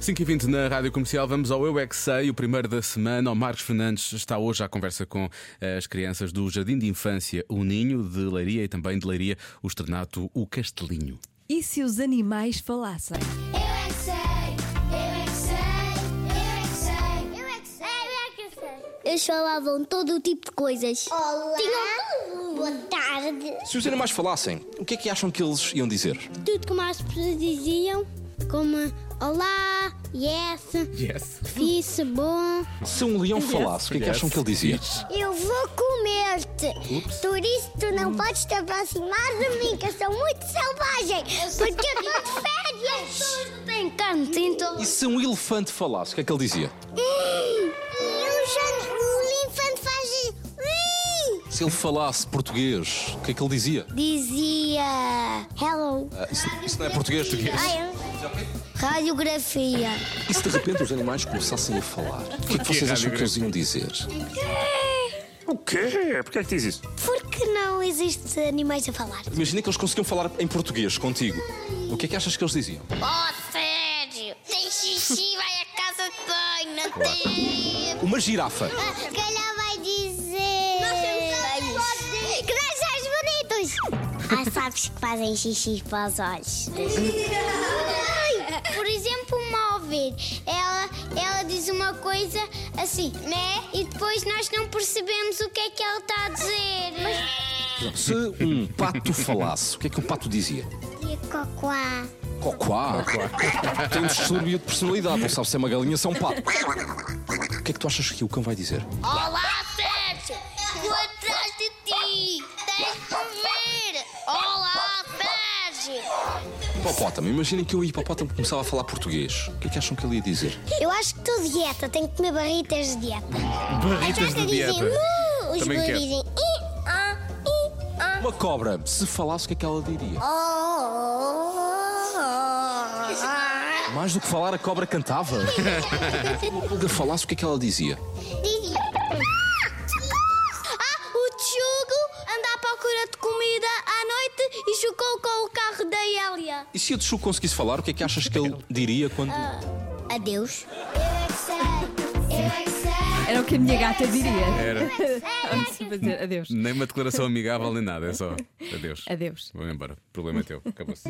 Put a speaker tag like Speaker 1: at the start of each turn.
Speaker 1: 5h20 na Rádio Comercial, vamos ao Eu é que Sei, o primeiro da semana. O Marcos Fernandes está hoje à conversa com eh, as crianças do Jardim de Infância O Ninho, de Leiria e também de Leiria, o Estrenato O Castelinho.
Speaker 2: E se os animais falassem?
Speaker 3: Eu é que sei, eu é que sei, eu é que sei, eu é que sei, eu é que sei, eu é que sei. Eles falavam todo o tipo de coisas. Olá! Boa tarde!
Speaker 4: Se os animais falassem, o que é que acham que eles iam dizer?
Speaker 3: Tudo como as pessoas diziam, como olá, yes,
Speaker 1: Yes.
Speaker 3: fixe, bom.
Speaker 4: Se um leão falasse, o que é que acham que ele dizia?
Speaker 3: Eu vou comer-te. Por isso tu não podes te aproximar de mim, que eu sou muito selvagem. Porque eu estou de férias. Tem canto, então.
Speaker 4: E se um elefante falasse, o que é que ele dizia?
Speaker 3: Hum, E o Jean- o elefante faz. Hum.
Speaker 4: Se ele falasse português, o que é que ele dizia?
Speaker 3: Dizia. Hello.
Speaker 4: Ah, isso, isso não é português, português.
Speaker 3: Radiografia.
Speaker 4: E se de repente os animais começassem a falar, o que é que vocês acham que eles iam dizer?
Speaker 5: O quê? Porquê é que diz isso?
Speaker 3: Porque não existe animais a falar?
Speaker 4: Imagina que eles conseguiam falar em português contigo. O que é que achas que eles diziam?
Speaker 3: Oh, sério? Tem xixi, vai à casa de banho, não tem.
Speaker 4: Uma girafa.
Speaker 3: Se calhar vai dizer. Nós somos Que nós somos bonitos! Há sapos que fazem xixi para os olhos. Por exemplo, uma ouvir, ela, ela diz uma coisa assim, né? E depois nós não percebemos o que é que ela está a dizer.
Speaker 4: Se um pato falasse, o que é que um pato dizia?
Speaker 3: E cocó.
Speaker 4: Cocuá. Tem um distúrbio de personalidade, não sabe se é uma galinha ou se é um pato. O que é que tu achas que o cão vai dizer?
Speaker 3: Olá, Sérgio! Vou atrás de ti! Tens de me ver! Olá, Sérgio!
Speaker 4: Hipopótamo, imaginem que o hipopótamo começava a falar português. O que é que acham que ele ia dizer?
Speaker 3: Eu acho que estou dieta, tenho que comer barritas de dieta.
Speaker 1: Barritas de dieta.
Speaker 3: "Uh", Os
Speaker 1: Também
Speaker 3: bois
Speaker 1: quero.
Speaker 3: dizem i, a, i, a.
Speaker 4: Uma cobra, se falasse, o que é que ela diria? Mais do que falar, a cobra cantava. Se uma pulga falasse, o que é que ela dizia?
Speaker 3: Dizem. Ah, o Tchugo anda à procura de comida à noite e chocou com o carro da Elia.
Speaker 4: E se o Tchu conseguisse falar, o que é que achas que ele diria quando.
Speaker 3: Adeus. Eu é que sei, eu é que sei.
Speaker 2: Era o que a minha gata diria.
Speaker 1: Era.
Speaker 2: Antes de fazer adeus.
Speaker 1: Nem uma declaração amigável nem nada, é só adeus.
Speaker 2: Adeus.
Speaker 1: Vou embora. Problema é teu. Acabou-se.